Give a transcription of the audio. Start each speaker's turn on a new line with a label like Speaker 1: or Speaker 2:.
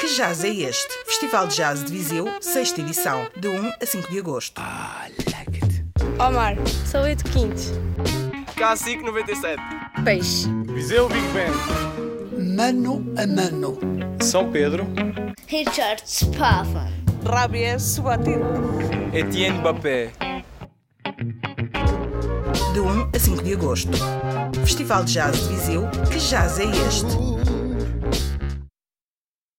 Speaker 1: Que jazz é este? Festival de Jazz de Viseu, 6 edição, de 1 a 5 de agosto.
Speaker 2: Omar, sou Edu Quintes.
Speaker 3: Cacique 97.
Speaker 2: Peixe.
Speaker 3: Viseu Big Ben.
Speaker 4: Mano a mano.
Speaker 3: São Pedro.
Speaker 5: Richard Spava.
Speaker 3: Etienne Mbappé.
Speaker 1: um De 1 a 5 de agosto. Festival de Jazz de Viseu, que jazz é este?